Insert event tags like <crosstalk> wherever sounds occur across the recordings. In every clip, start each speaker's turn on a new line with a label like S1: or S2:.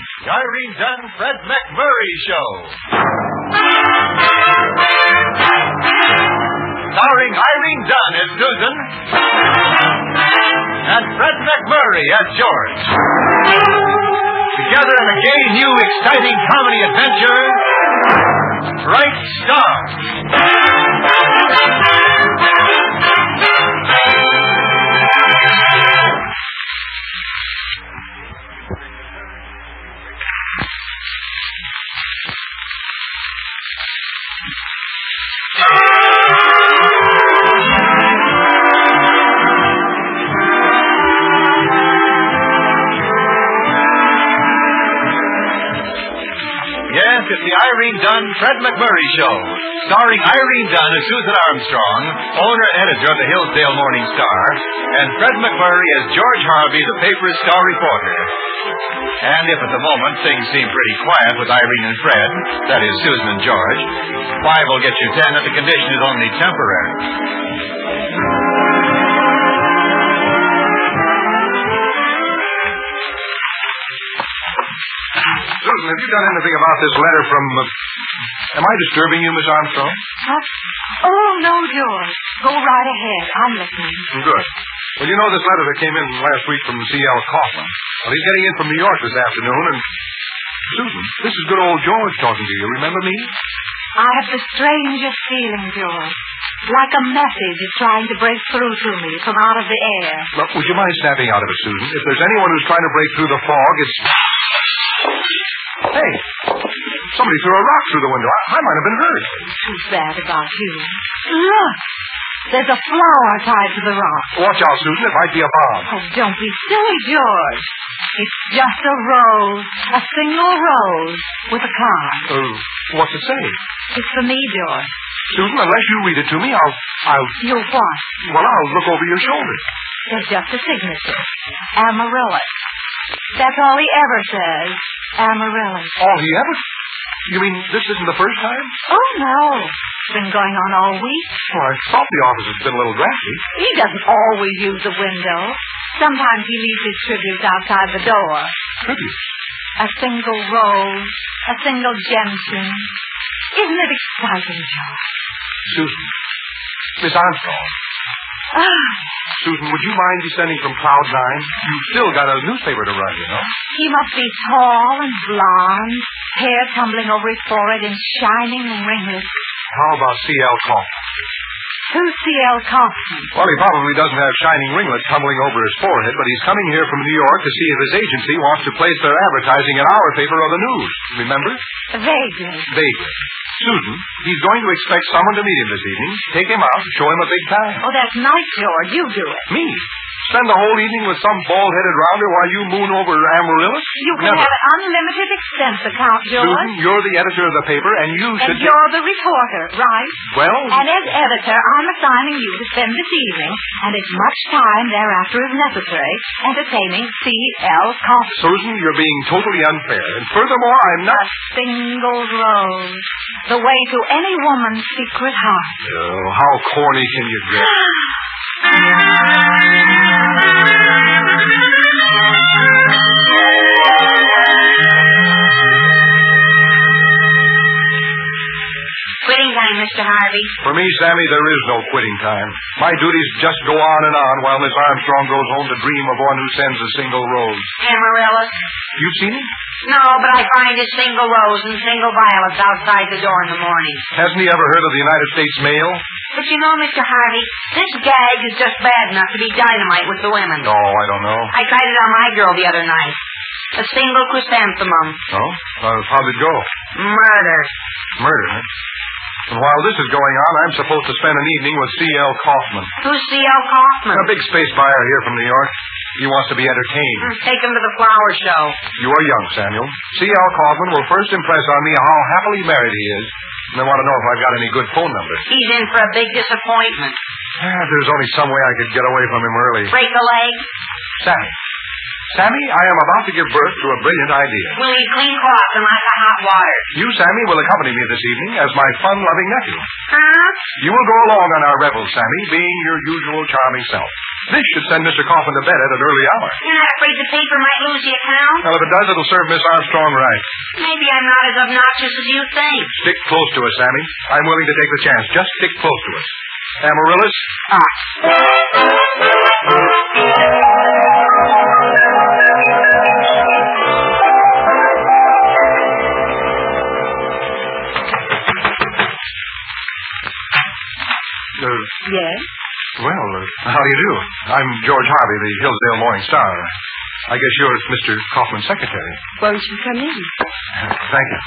S1: Irene Dunn, Fred McMurray Show. Starring Irene Dunn as Susan and Fred McMurray as George. Together in a gay, new, exciting comedy adventure, Bright Star. Yes, it's the Irene Dunn, Fred McMurray Show, starring Irene Dunn as Susan Armstrong, owner and editor of the Hillsdale Morning Star, and Fred McMurray as George Harvey, the paper's star reporter. And if at the moment things seem pretty quiet with Irene and Fred, that is Susan and George, five will get you ten that the condition is only temporary.
S2: Susan, have you done anything about this letter from. Uh, am I disturbing you, Miss Armstrong?
S3: What? Oh, no, George. Go right ahead. I'm listening.
S2: Good. Well, you know this letter that came in last week from C.L. Kaufman. Well, he's getting in from New York this afternoon, and. Susan, this is good old George talking to you. Remember me?
S3: I have the strangest feeling, George. Like a message is trying to break through to me from out of the air.
S2: Look, would you mind snapping out of it, Susan? If there's anyone who's trying to break through the fog, it's. Hey, somebody threw a rock through the window. I, I might have been hurt.
S3: Too bad about you. Look! There's a flower tied to the rock.
S2: Watch out, Susan. It might be a bomb.
S3: Oh, don't be silly, George. It's just a rose, a single rose with a card.
S2: Uh, what's it say?
S3: It's for me, George.
S2: Susan, unless you read it to me, I'll. I'll.
S3: You what?
S2: Well, I'll look over your shoulder.
S3: There's just a signature. Amaryllis. That's all he ever says. Amaryllis.
S2: All he ever. You mean this isn't the first time?
S3: Oh, no. It's been going on all week.
S2: Well, I thought the office had been a little drafty.
S3: He doesn't always use the window. Sometimes he leaves his tributes outside the door.
S2: Tribute.
S3: A single rose, a single gentian. Isn't it exciting, George?
S2: Susan. Miss Armstrong.
S3: Ah,
S2: Susan, would you mind descending from cloud nine? You've still got a newspaper to run, you know.
S3: he must be tall and blond, hair tumbling over his forehead in shining ringlets.
S2: How about C.L. Kaufman?
S3: Who's C.L. Kaufman?
S2: Well, he probably doesn't have shining ringlets tumbling over his forehead, but he's coming here from New York to see if his agency wants to place their advertising in our paper or the news. Remember?
S3: Vaguely.
S2: Vaguely. Susan, he's going to expect someone to meet him this evening. Take him out, show him a big time.
S3: Oh, that's nice, George. You do it.
S2: Me? Spend the whole evening with some bald-headed rounder while you moon over Amaryllis?
S3: You can
S2: Never.
S3: have an unlimited expense account,
S2: Susan,
S3: George.
S2: you're the editor of the paper, and you
S3: And
S2: should... get-
S3: you're the reporter, right?
S2: Well,
S3: And as editor, I'm assigning you to spend this evening and as much time thereafter as necessary entertaining C.L. Kaufman.
S2: Susan, you're being totally unfair. And furthermore, I'm
S3: A
S2: not...
S3: single rose, the way to any woman's secret heart.
S2: Oh, how corny can you get?
S3: Quitting time, Mr. Harvey.
S2: For me, Sammy, there is no quitting time. My duties just go on and on while Miss Armstrong goes home to dream of one who sends a single rose.
S4: Amaryllis.
S2: You've seen him?
S4: No, but I find a single rose and single violets outside the door in the morning.
S2: Hasn't he ever heard of the United States Mail?
S4: But you know, Mr. Harvey, this gag is just bad enough to be dynamite with the women.
S2: No, I don't know.
S4: I tried it on my girl the other night. A single chrysanthemum.
S2: No? Uh, how'd it go?
S4: Murder.
S2: Murder, huh? And while this is going on, I'm supposed to spend an evening with C.L. Kaufman.
S4: Who's C.L. Kaufman?
S2: A big space buyer here from New York. He wants to be entertained.
S3: Mm.
S4: Hmm, Take him to the flower show.
S2: You are young, Samuel. C.L. Kaufman will first impress on me how happily married he is. And I want to know if I've got any good phone numbers.
S4: He's in for a big disappointment.
S2: Ah, if there's only some way I could get away from him early.
S4: Break a leg.
S2: Sammy. Sammy, I am about to give birth to a brilliant idea.
S4: Will you clean cloth and like a hot water?
S2: You, Sammy, will accompany me this evening as my fun-loving nephew.
S4: Huh?
S2: You will go along on our revels, Sammy, being your usual charming self. This should send Mr. Coffin to bed at an early hour.
S4: You're not afraid the paper might lose the account?
S2: Well, if it does, it'll serve Miss Armstrong right.
S4: Maybe I'm not as obnoxious as you think.
S2: Stick close to us, Sammy. I'm willing to take the chance. Just stick close to us. Amaryllis,
S4: Ah.
S2: uh,
S3: Yes?
S2: well, uh, how do you do? I'm George Harvey, the Hillsdale Morning Star. I guess you're Mr. Kaufman's secretary.
S3: Won't you come in?
S2: Thank you.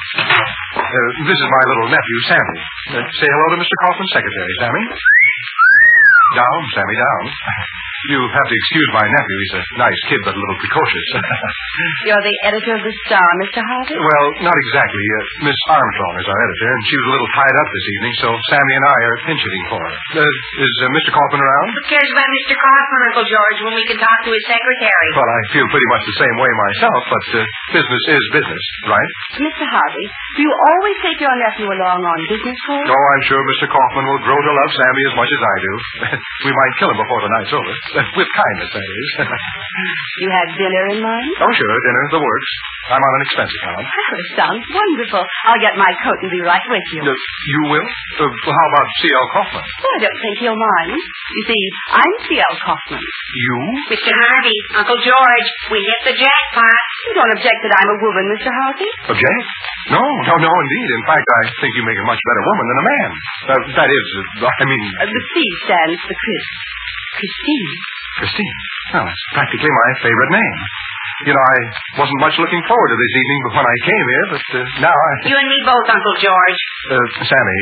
S2: Uh, this is my little nephew, Sammy. Uh, say hello to Mr. Kaufman's secretary, Sammy. Down, Sammy, down. You have to excuse my nephew. He's a nice kid, but a little precocious. <laughs>
S3: You're the editor of the Star, Mr. Harvey?
S2: well, not exactly. Uh, Miss Armstrong is our editor, and she was a little tied up this evening, so Sammy and I are pinch hitting for her. Uh, is uh, Mr. Kaufman around?
S4: Who cares about Mr. Kaufman, Uncle George, when we can talk to his secretary?
S2: Well, I feel pretty much the same way myself, but uh, business is business, right?
S3: Mr. Harvey, do you always take your nephew along on business trips?
S2: Oh, I'm sure Mr. Kaufman will grow to love Sammy as much as I do. <laughs> we might kill him before the night's over. <laughs> With kindness, that is. <laughs>
S3: You have dinner in mind?
S2: oh, sure, dinner, the works. I'm on an expense account.
S3: Well, it sounds wonderful. I'll get my coat and be right with you.
S2: Uh, you will? Uh, how about C.L. Kaufman?
S3: Well, I don't think he'll mind. You see, I'm C.L. Kaufman.
S2: You?
S4: Mr. Harvey, Uncle George, we hit the jackpot.
S3: You don't object that I'm a woman, Mr. Harvey?
S2: Object? No, no, no, indeed. In fact, I think you make a much better woman than a man. Uh, that is, uh, I mean,
S3: Uh, the C stands for Chris. Christine.
S2: Christine. Well, it's practically my favorite name. You know, I wasn't much looking forward to this evening when I came here, but uh, now I...
S4: You and me both, Uncle George.
S2: Uh, Sammy.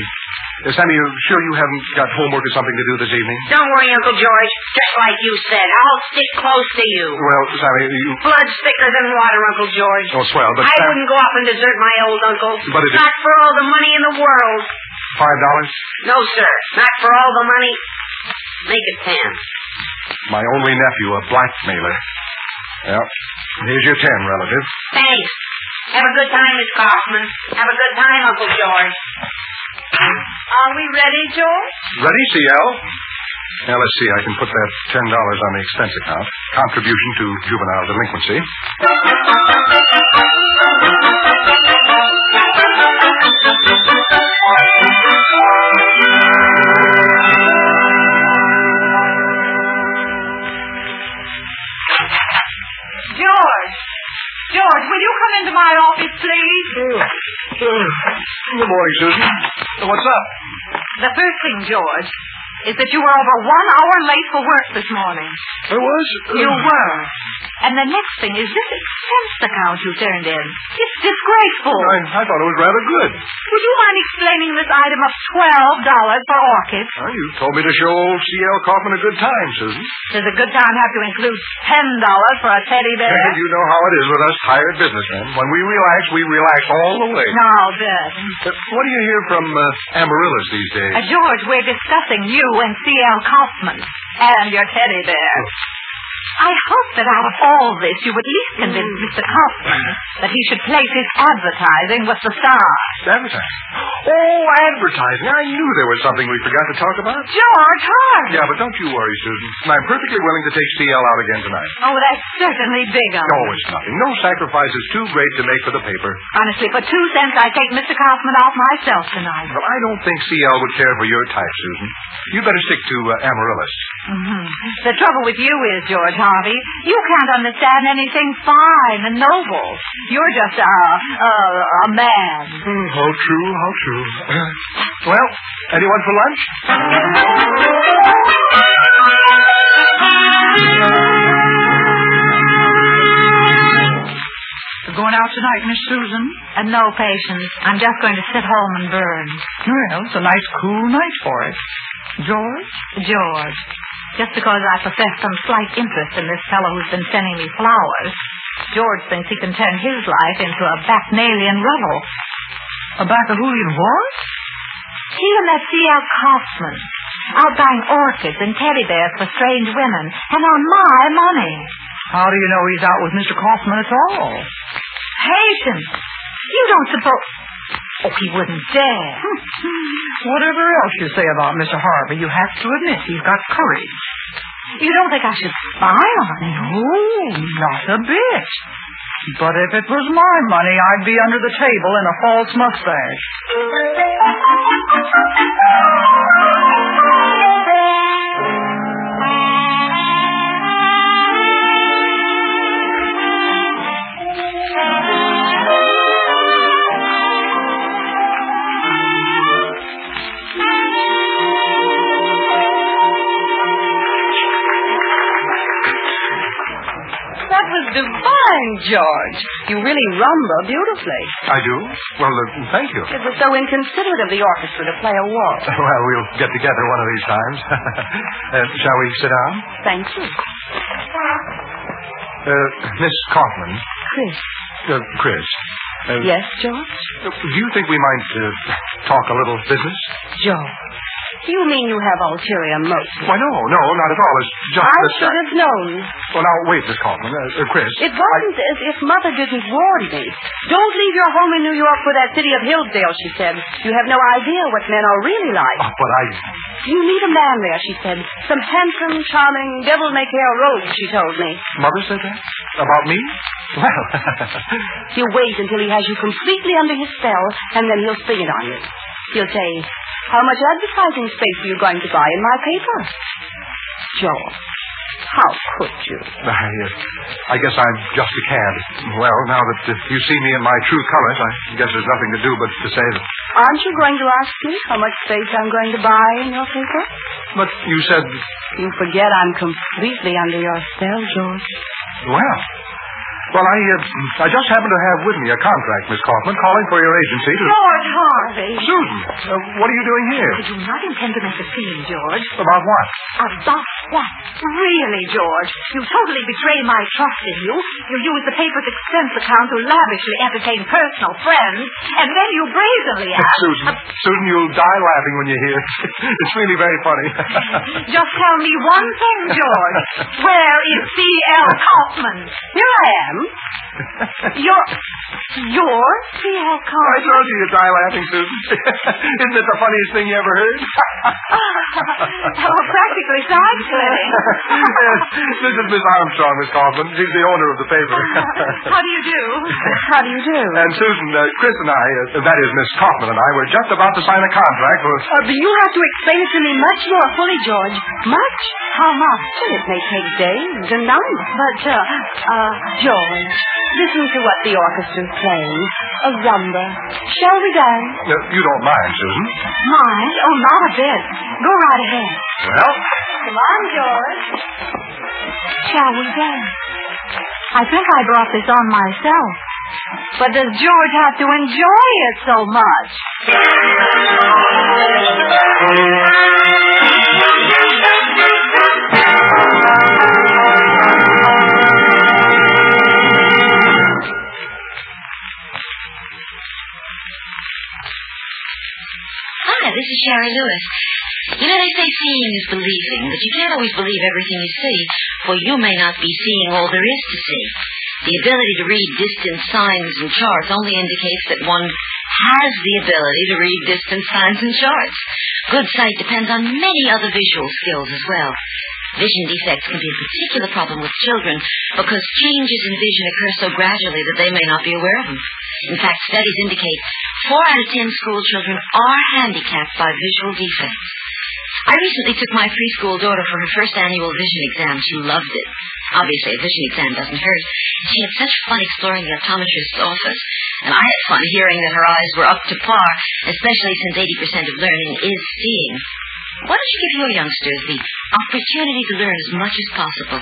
S2: Uh, Sammy, you sure you haven't got homework or something to do this evening?
S4: Don't worry, Uncle George. Just like you said, I'll stick close to you.
S2: Well, Sammy, you.
S4: Blood's thicker than water, Uncle George.
S2: Oh, swell, but.
S4: I
S2: Sam-
S4: wouldn't go off and desert my old uncle.
S2: But it is-
S4: Not for all the money in the world.
S2: Five dollars?
S4: No, sir. Not for all the money. Make it ten.
S2: My only nephew, a blackmailer. Well, here's your ten, relative.
S4: Thanks. Have a good time, Miss Kaufman. Have a good time, Uncle George.
S3: Are we ready, George?
S2: Ready, CL? Now, let's see. I can put that $10 on the expense account. Contribution to juvenile delinquency.
S3: George! George, will you come into my office, please?
S2: Good morning, Susan. What's up?
S3: The first thing, George, is that you were over one hour late for work this morning.
S2: I was.
S3: You were. And the next thing is this expense account you turned in. It's disgraceful.
S2: I, I thought it was rather good.
S3: Would you mind explaining this item of twelve dollars for orchids?
S2: Well, you told me to show old C.L. Kaufman a good time, Susan.
S3: Does a good time have to include ten dollars for a teddy bear?
S2: And you know how it is with us hired businessmen. When we relax, we relax all the way.
S3: Now, Bert.
S2: Uh, what do you hear from uh, Amaryllis these days?
S3: Uh, George, we're discussing you and C.L. Kaufman and your teddy bear. I hope that out of all this, you would at least convince Mr. Kaufman that he should place his advertising with the star.
S2: Advertising. Oh, advertising. I knew there was something we forgot to talk about.
S3: George Harvey.
S2: Yeah, but don't you worry, Susan. I'm perfectly willing to take C.L. out again tonight.
S3: Oh, that's certainly big of
S2: No,
S3: him.
S2: it's nothing. No sacrifice is too great to make for the paper.
S3: Honestly, for two cents, I'd take Mr. Kaufman off myself tonight.
S2: But I don't think C.L. would care for your type, Susan. You better stick to uh, Amaryllis.
S3: Mhm. The trouble with you is, George Harvey, you can't understand anything fine and noble. You're just a, a, a man.
S2: Hmm, how true, how true. <clears throat> well, anyone for lunch?
S5: Going out tonight, Miss Susan?
S3: And no patience. I'm just going to sit home and burn.
S5: Well, it's a nice cool night for it. George?
S3: George, just because I profess some slight interest in this fellow who's been sending me flowers, George thinks he can turn his life into a bacchanalian revel.
S5: A bacchanalian what?
S3: He and that C.L. Kaufman out buying orchids and teddy bears for strange women, and on my money.
S5: How do you know he's out with Mr. Kaufman at all?
S3: Hayden, you don't suppose. Oh, he wouldn't dare.
S5: <laughs> Whatever else you say about Mr. Harvey, you have to admit he's got courage.
S3: You don't think I should spy on him?
S5: No, not a bit. But if it was my money, I'd be under the table in a false mustache.
S6: That was divine, George. You really rumble beautifully.
S2: I do? Well, uh, thank you.
S6: It was so inconsiderate of the orchestra to play a waltz.
S2: <laughs> Well, we'll get together one of these times. <laughs> uh, shall we sit down?
S6: Thank you.
S2: Uh, Miss Kaufman,
S6: Chris.
S2: uh, Chris, uh,
S6: Yes, George?
S2: do you think we might uh, talk a little business?
S6: George. You mean you have ulterior motives?
S2: Why, no, no, not at all. It's just
S6: I
S2: this.
S6: should have known.
S2: Well, now, wait, Miss Kaufman. Uh, uh, Chris.
S6: It wasn't as if Mother didn't warn me. Don't leave your home in New York for that city of Hillsdale, she said. You have no idea what men are really like.
S2: Oh, but I.
S6: You need a man there, she said. Some handsome, charming, devil-may-care rogue, she told me.
S2: Mother said that? About me? Well, <laughs>
S6: He'll wait until he has you completely under his spell, and then he'll spring it on you. He'll say, How much advertising space are you going to buy in my paper? George, how could you?
S2: I, uh, I guess I'm just a cad. Well, now that uh, you see me in my true colors, I guess there's nothing to do but to say that.
S6: Aren't you going to ask me how much space I'm going to buy in your paper?
S2: But you said,
S6: You forget I'm completely under your spell, George.
S2: well. Well, I, uh, I just happen to have with me a contract, Miss Kaufman, calling for your agency to.
S3: George Harvey.
S2: Susan, uh, what are you doing here?
S3: I do not intend to make a scene, George.
S2: About what?
S3: About what? Really, George, you totally betray my trust in you. You use the paper's expense account to lavishly entertain personal friends, and then you
S2: <laughs>
S3: brazenly ask.
S2: Susan, Susan, you'll die laughing when you hear it. <laughs> It's really very funny. <laughs>
S3: Just tell me one thing, George. Where is C.L. Kaufman?
S6: Here I am.
S3: You're, you're C.L.
S2: Oh, I
S6: <laughs>
S3: Kaufman.
S2: told you you'd die laughing, Susan. <laughs> Isn't it the funniest thing you ever heard?
S3: We're practically
S6: <laughs>
S3: sideslipping.
S2: yes, this is Miss Armstrong, Miss Kaufman. She's the owner of the
S3: <laughs>
S2: paper.
S3: How do you do?
S6: How do you do?
S2: and Susan, uh, Chris and I, uh, that is Miss Kaufman and I, were just about to sign a contract for...
S6: Uh, but you have to explain it to me much more fully, George. Much? How much? Well, it may take days and nights. But, uh, uh, George, listen to what the orchestra's playing. A rumba. Shall we dance?
S2: Uh, you don't mind, Susan.
S3: Mind? Oh, not a bit. Go right ahead.
S2: Well,
S3: Come on, George. Shall we dance? I think I brought this on myself. But does George have to enjoy it so much?
S7: Hi, this is Sherry Lewis. You know, they say seeing is believing, but you can't always believe everything you see, for you may not be seeing all there is to see. The ability to read distant signs and charts only indicates that one has the ability to read distant signs and charts. Good sight depends on many other visual skills as well. Vision defects can be a particular problem with children because changes in vision occur so gradually that they may not be aware of them. In fact, studies indicate four out of ten school children are handicapped by visual defects. I recently took my preschool daughter for her first annual vision exam. She loved it. Obviously, a vision exam doesn't hurt. She had such fun exploring the optometrist's office, and I had fun hearing that her eyes were up to par, especially since 80% of learning is seeing. Why don't you give your youngsters the opportunity to learn as much as possible?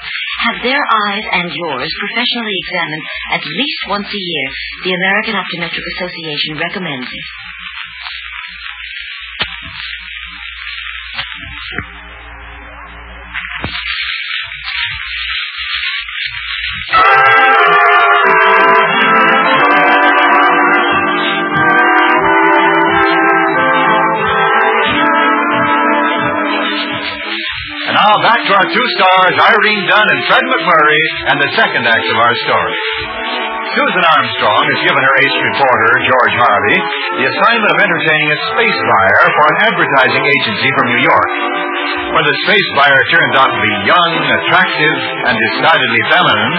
S7: Have their eyes and yours professionally examined at least once a year. The American Optometric Association recommends it.
S1: And now back to our our two stars, Irene Dunn and Fred McMurray, and the second act of our story. Susan Armstrong has given her ace reporter, George Harvey, the assignment of entertaining a space buyer for an advertising agency from New York. When the space buyer turns out to be young, attractive, and decidedly feminine,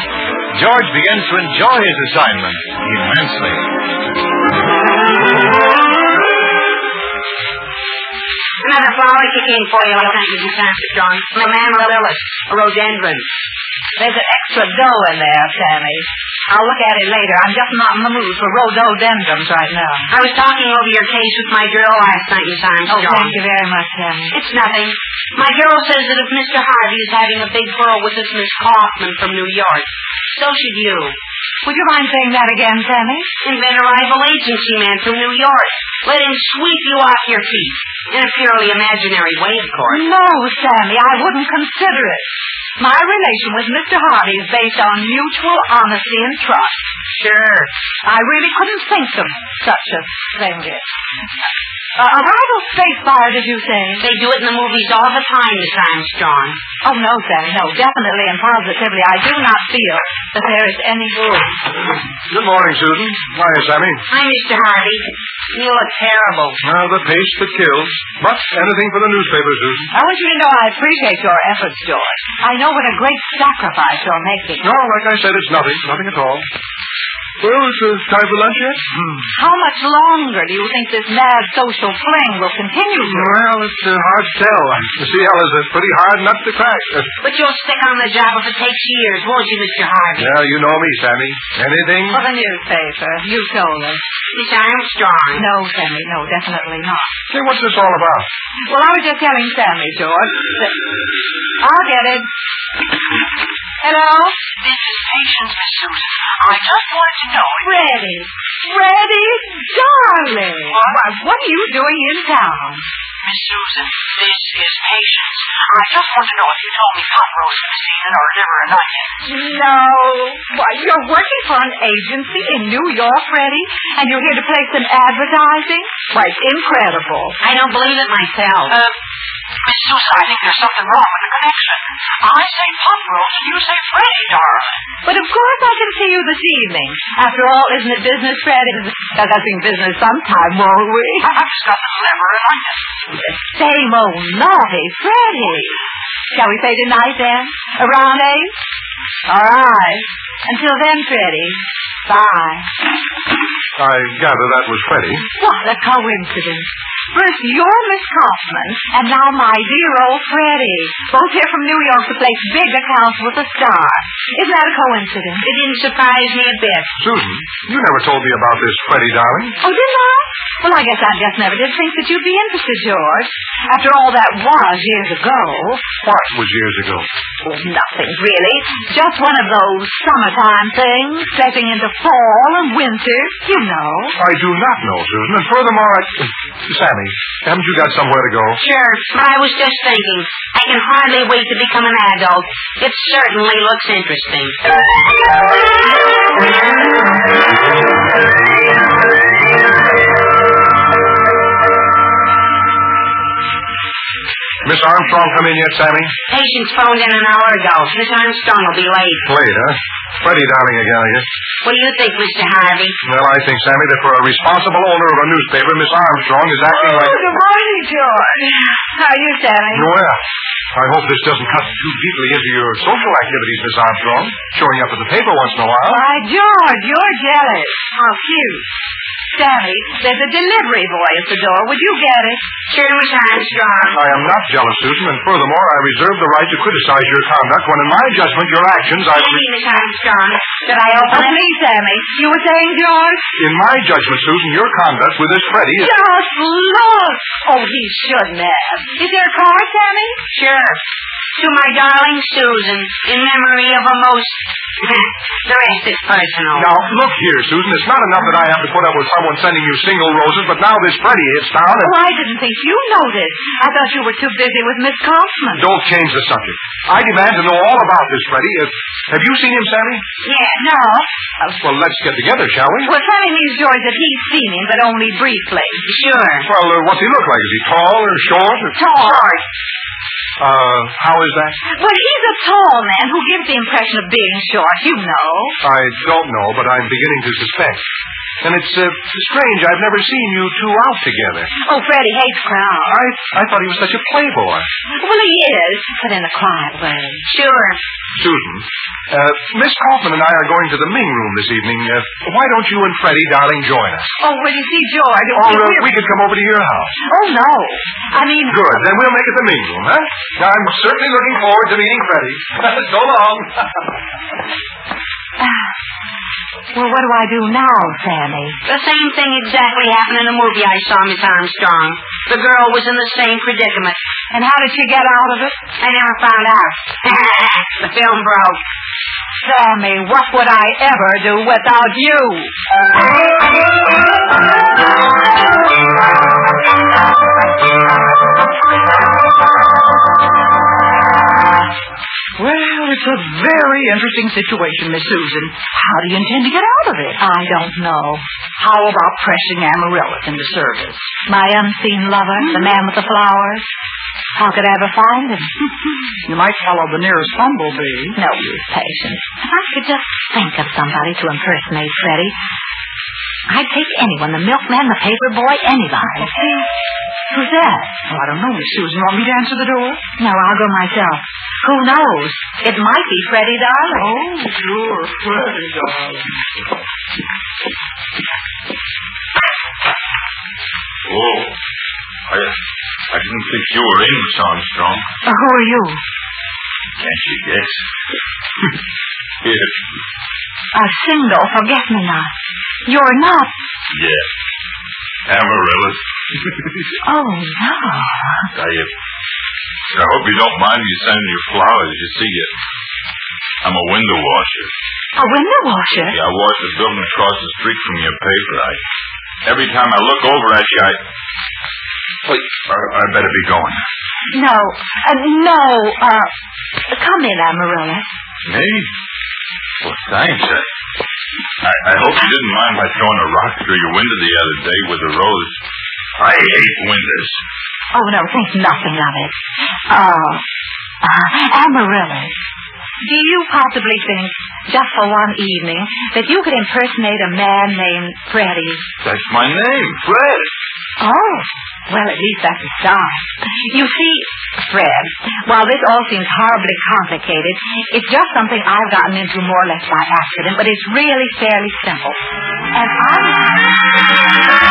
S1: George begins to enjoy his assignment immensely.
S7: Another flower kicking for you, thank you, Sam Strong. A amaryllis, a rhododendron.
S3: There's an extra dough in there, Sammy. I'll look at it later. I'm just not in the mood for rhododendrons right now.
S7: I was talking over your case with my girl last night, Miss
S3: Oh,
S7: Armstrong.
S3: thank you very much, Sammy.
S7: It's nothing. My girl says that if Mr. Harvey is having a big quarrel with this Miss Kaufman from New York, so should you.
S3: Would you mind saying that again, Sammy?
S7: Invent a rival agency man from New York. Let him sweep you off your feet. In a purely imaginary way, of course.
S3: No, Sammy, I wouldn't consider it. My relation with Mr. Harvey is based on mutual honesty and trust.
S7: Sure.
S3: I really couldn't think of such a thing. Uh, a rival space buyer, did you say?
S7: They do it in the movies all the time, Miss Armstrong.
S3: Oh, no, Sammy, no. Definitely and positively, I do not feel that there is any room.
S2: Good morning, Susan. Hi, Sammy.
S7: Hi, Mr. Harvey. You look terrible.
S2: Now, the pace that kills. But anything for the newspaper, Susan.
S3: I want you to know I appreciate your efforts, George. I know what a great sacrifice you're making.
S2: No, like I said, it's nothing. Nothing at all. Hmm. Well, it's uh, time for lunch yet?
S3: How much longer do you think this mad social fling will continue? George?
S2: Well, it's uh, hard to tell. The CL is a pretty hard nut to crack. Uh,
S7: But you'll stick on the job if it takes years, won't you, Mr. Harvey?
S2: yeah, you know me, Sammy. Anything?
S3: For the newspaper. You told us.
S7: Miss Armstrong.
S3: No, Sammy, no, definitely not.
S2: Say, what's this all about?
S3: Well, I was just telling Sammy, George, that... I'll get it. Hello?
S8: This is Patience, Miss Susan. I just wanted to know if...
S3: Freddie. Freddie, darling. Why, what are you doing in town?
S8: Miss Susan, this is Patience. I just want to know if you told me pot roast in the season or liver or not yet.
S3: No. Why, you're working for an agency in New York, Freddie, and you're here to place some advertising? Why, it's incredible.
S7: I don't believe it myself.
S8: Uh, Miss Susan, I think there's something wrong with the connection. I say pot roast and you say Freddy, darling.
S3: But of course I can see you this evening. After all, isn't it business, Freddie? Discussing business sometime, won't
S7: <laughs>
S3: we?
S8: I- I'm discussing liver and onion.
S3: Same old naughty Freddie. Shall we say tonight then? Around eight? All right. Until then, Freddie. Bye.
S2: I gather that was Freddie.
S3: What a coincidence. First you're Miss Kaufman, and now my dear old Freddie. Both here from New York to place big accounts with a star. Isn't that a coincidence?
S7: It didn't surprise me a bit.
S2: Susan, you never told me about this Freddie, darling.
S3: Oh, didn't I? Well, I guess I just never did think that you'd be interested, George. After all, that was years ago.
S2: What was years ago?
S3: Oh, nothing, really. Just one of those summertime things, stepping into fall and winter, you know.
S2: I do not know, Susan. And furthermore, I... Sammy, haven't you got somewhere to go?
S7: Sure, but I was just thinking. I can hardly wait to become an adult. It certainly looks interesting.
S2: Miss Armstrong come in yet, Sammy?
S7: Patients phoned in an hour ago. Miss Armstrong will be late.
S2: Late, huh? Freddie, darling, again, I guess.
S7: What do you think, Mr. Harvey?
S2: Well, I think, Sammy, that for a responsible owner of a newspaper, Miss Armstrong is acting like...
S3: Oh, good morning, George. How are you, Sammy?
S2: Well, I hope this doesn't cut too deeply into your social activities, Miss Armstrong. Showing up at the paper once in a while.
S3: Why, George, you're jealous. How cute. Sammy, there's a delivery boy at the door. Would you get it?
S7: Sure, Miss Armstrong.
S2: I am not jealous, Susan, and furthermore, I reserve the right to criticize your conduct when, in my judgment, your actions are...
S7: Excuse me, Miss Armstrong. Should I
S3: Oh,
S7: open it?
S3: please, Sammy. You were saying, George?
S2: In my judgment, Susan, your conduct with this Freddie is...
S3: Just look. Oh, he shouldn't have. Is there a card, Sammy?
S7: Sure. To my darling Susan, in memory of a most... <laughs> the rest is personal.
S2: Now, look here, Susan. It's not enough that I have to put up with someone sending you single roses, but now this Freddie hits down and...
S3: Oh, I didn't think you noticed. I thought you were too busy with Miss Kaufman.
S2: Don't change the subject. I demand to know all about this Freddie. If... Have you seen him, Sammy?
S7: Yeah, no.
S2: Well, let's get together, shall we?
S3: Well, Sammy means, George, that he's seen him, but only briefly.
S7: Sure.
S2: Well, uh, what's he look like? Is he tall or short? Or...
S3: Tall.
S7: George.
S2: Uh, how is that?
S3: Well, he's a tall man who gives the impression of being short, you know.
S2: I don't know, but I'm beginning to suspect. And it's uh, strange. I've never seen you two out together.
S3: Oh, Freddie hates crowds.
S2: I I thought he was such a playboy.
S3: Well, he is, but in a quiet way. Sure.
S2: Susan, uh, Miss Kaufman and I are going to the Ming room this evening. Uh, why don't you and Freddie, darling, join us?
S3: Oh, well, you see, George,
S2: Or
S3: we-
S2: uh,
S3: we're-
S2: we could come over to your house.
S3: Oh, no. I mean,
S2: Good. Then we'll make it the Ming room, huh? I'm certainly looking forward to meeting Freddie. <laughs> so long.
S3: well, what do I do now, Sammy?
S4: The same thing exactly happened in a movie I saw, Miss Armstrong. The girl was in the same predicament.
S3: And how did she get out of it?
S4: I never found out. <laughs> the film broke.
S3: Sammy, what would I ever do without you?
S5: Well, it's a very interesting situation, Miss Susan. How do you intend to get out of it?
S3: I don't know.
S5: How about pressing Amaryllis into service?
S3: My unseen lover, the man with the flowers. How could I ever find him?
S5: You might follow the nearest bumblebee.
S3: No use, Patience. If I could just think of somebody to impersonate Freddie, I'd take anyone, the milkman, the paper boy, anybody. Who's that?
S5: Oh, I don't know, Miss Susan. You want me to answer the door?
S3: No, I'll go myself. Who knows? It might be Freddie Darling.
S5: Oh, sure, Freddie, darling.
S1: <laughs> Oh, I, I didn't think you were in, Miss Armstrong.
S3: Uh, Who are you?
S1: Can't you guess? yes,
S3: A single forget-me-not. You're not.
S1: yes. Amaryllis.
S3: <laughs> Oh, no.
S1: I, uh, I hope you don't mind me sending you flowers. You see, uh, I'm a window washer.
S3: A window washer?
S1: Yeah, I wash the building across the street from your paper. I, every time I look over at you, I. Wait, I, I better be going.
S3: No. Uh, no. Uh, come in, Amarilla.
S1: Me? Well, thanks. I, I, I hope you didn't mind my throwing a rock through your window the other day with a rose. I hate windows.
S3: Oh, no, think nothing of it. Oh, uh, Amarilla, do you possibly think, just for one evening, that you could impersonate a man named Freddie?
S1: That's my name, Fred.
S3: Oh, well, at least that's a start. You see, Fred, while this all seems horribly complicated, it's just something I've gotten into more or less by accident, but it's really fairly simple. And I...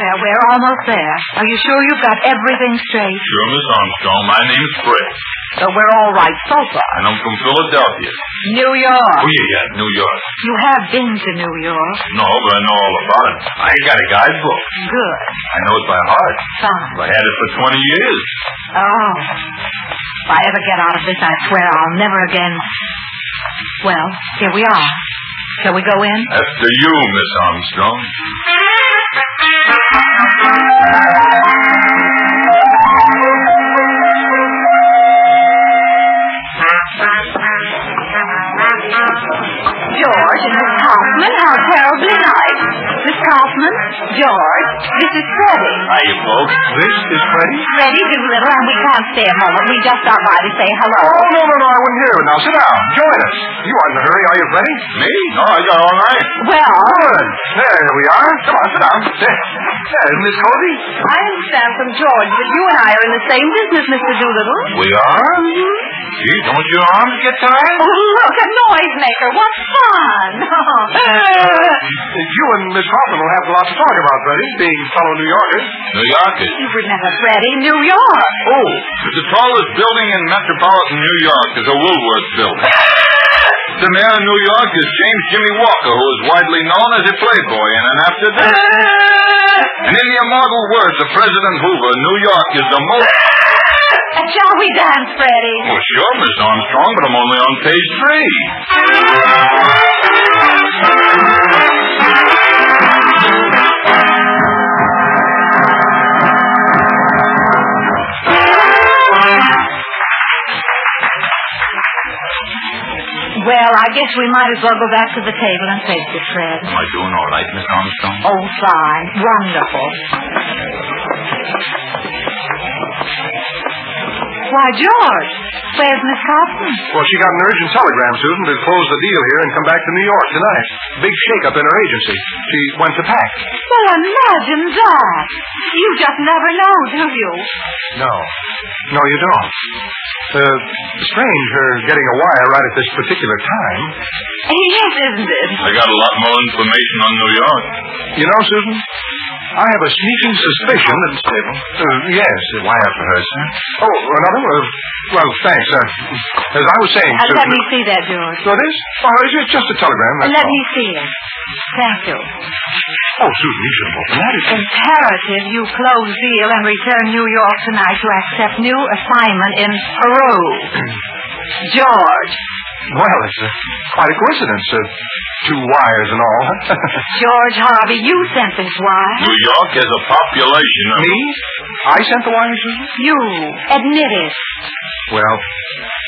S3: Well, we're almost there. Are you sure you've got everything straight?
S1: Sure, Miss Armstrong. My name's Fred.
S3: So we're all right so far.
S1: And I'm from Philadelphia.
S3: New York.
S1: Oh, yeah, yeah, New York.
S3: You have been to New York.
S1: No, but I know all about it. I ain't got a guidebook.
S3: Good.
S1: I know it by heart.
S3: Fine.
S1: I had it for 20 years.
S3: Oh. If I ever get out of this, I swear I'll never again. Well, here we are. Shall we go in?
S1: After you, Miss Armstrong.
S3: George and Miss Kaufman, how terribly nice. Miss Kaufman, George, this is Freddie.
S1: Hi, you folks.
S2: This is Freddie.
S3: Freddie Doolittle, and we can't stay a moment. We just stopped by to say hello.
S2: Oh, no, no, no, I wouldn't hear it. Now sit down. Join us. You aren't in a hurry, are you, Freddie?
S1: Me? No, I got all night.
S3: Well,
S2: Good. There we are. Come on, sit down. There. Yeah, isn't this cozy?
S3: I understand from George that you and I are in the same business, Mr. Doolittle.
S1: We are? Gee, don't your arms get tired?
S3: Oh, look, a noisemaker. What fun.
S2: <laughs> You and Miss Hoffman will have a lot to talk about, Freddie, being fellow New Yorkers.
S1: New Yorkers.
S3: you remember Freddie, New York.
S1: Oh, the tallest building in metropolitan New York is a Woolworth
S2: <laughs>
S1: building. The mayor of New York is James Jimmy Walker, who is widely known as a playboy and an after
S2: <laughs>
S1: And in the immortal words of President Hoover, New York is the most.
S3: And shall we dance, Freddie?
S1: Well, sure, Miss Armstrong, but I'm only on page three.
S3: I guess we might as well go back to the table and face it, Fred.
S1: Am I doing all right, Miss Armstrong?
S3: Oh, fine. Wonderful. Why, George, where's Miss Kaufman?
S2: Well, she got an urgent telegram, Susan, to close the deal here and come back to New York tonight. Big shakeup in her agency. She went to pack.
S3: Well, imagine that. You just never know, do you?
S2: No. No, you don't. Uh, strange her getting a wire right at this particular time.
S3: Yes, isn't it?
S9: I got a lot more information on New York.
S2: You know, Susan, I have a sneaking suspicion that... Stable? Uh, yes.
S1: The wire for her, sir.
S2: Oh, another? Uh, well, thanks. Uh, as I was saying,
S3: Uh,
S2: Susan...
S3: let me see that, George.
S2: So this? Oh, it's ju- just a telegram. that's
S3: Let
S2: all.
S3: me see it. Thank you.
S2: Oh, Susan, you should have opened that. It's-
S3: Imperative you close deal and return New York tonight to accept new assignment in
S2: <clears throat>
S3: Peru. George,
S2: Well, it's uh, quite a coincidence. Uh, two wires and all. <laughs> huh?
S3: George Harvey, you sent this wire.
S9: New York has a population of...
S2: me? I sent the wire, Susan?
S3: You admit it.
S2: Well,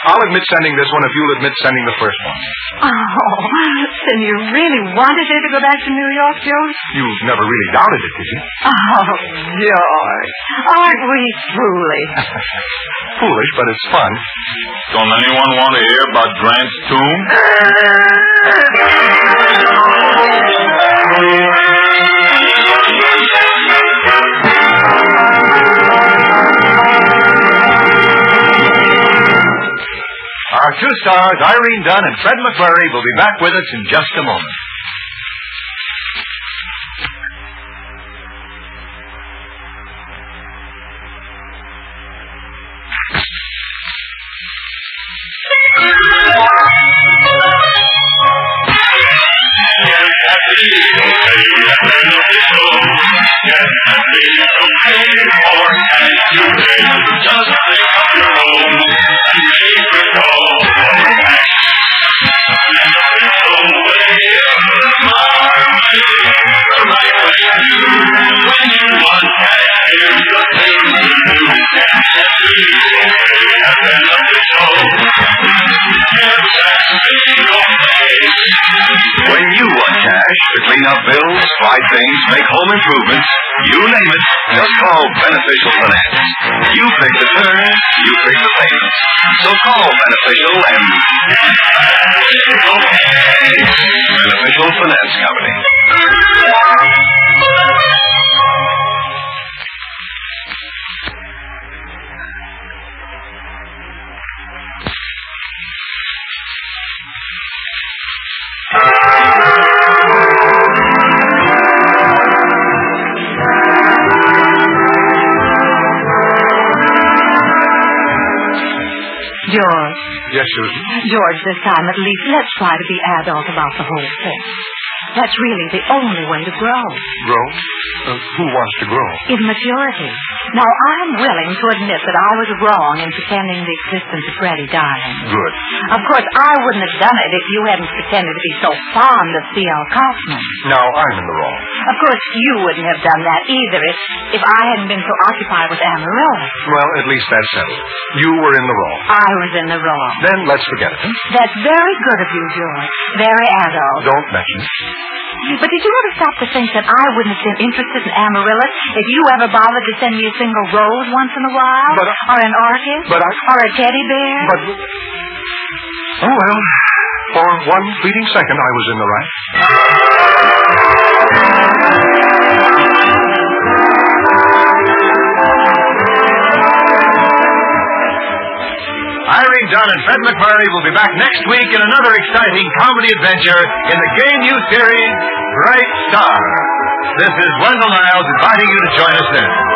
S2: I'll admit sending this one if you'll admit sending the first one.
S3: Oh, <laughs> then you really wanted her to go back to New York, George?
S2: You never really doubted it, did you?
S3: Oh, George, aren't we truly?
S2: <laughs> Foolish, but it's fun.
S9: Don't anyone want to hear about Grant's tomb?
S1: Our two stars, Irene Dunn and Fred McMurray, will be back with us in just a moment. When you want cash to clean up bills, buy things, make home improvements, you name it, just call Beneficial Finance. You pick the term, you pick the payments. So call Beneficial and Beneficial Finance Company.
S3: George,
S2: Yes, Susan.
S3: George, this time at least, let's try to be adult about the whole thing. That's really the only way to grow,
S2: Grow? Uh, who wants to grow?
S3: is maturity. Now, I'm willing to admit that I was wrong in pretending the existence of Freddie Darling.
S2: Good.
S3: Of course, I wouldn't have done it if you hadn't pretended to be so fond of C.L. Kaufman.
S2: Now I'm in the wrong.
S3: Of course, you wouldn't have done that either if, if I hadn't been so occupied with Amarillo.
S2: Well, at least that's settled. You were in the wrong.
S3: I was in the wrong.
S2: Then let's forget it.
S3: That's very good of you, George. Very adult.
S2: Don't mention it.
S3: But did you ever stop to think that I wouldn't have been interested in amaryllis if you ever bothered to send me a single rose once in a while?
S2: But I-
S3: or an orchid?
S2: but I-
S3: or a teddy bear?
S2: But. Oh, well. For one fleeting second, I was in the right.
S1: Irene Dunn and Fred McMurray will be back next week in another exciting comedy adventure in the gay new series, Bright Star. This is Wendell Niles inviting you to join us then.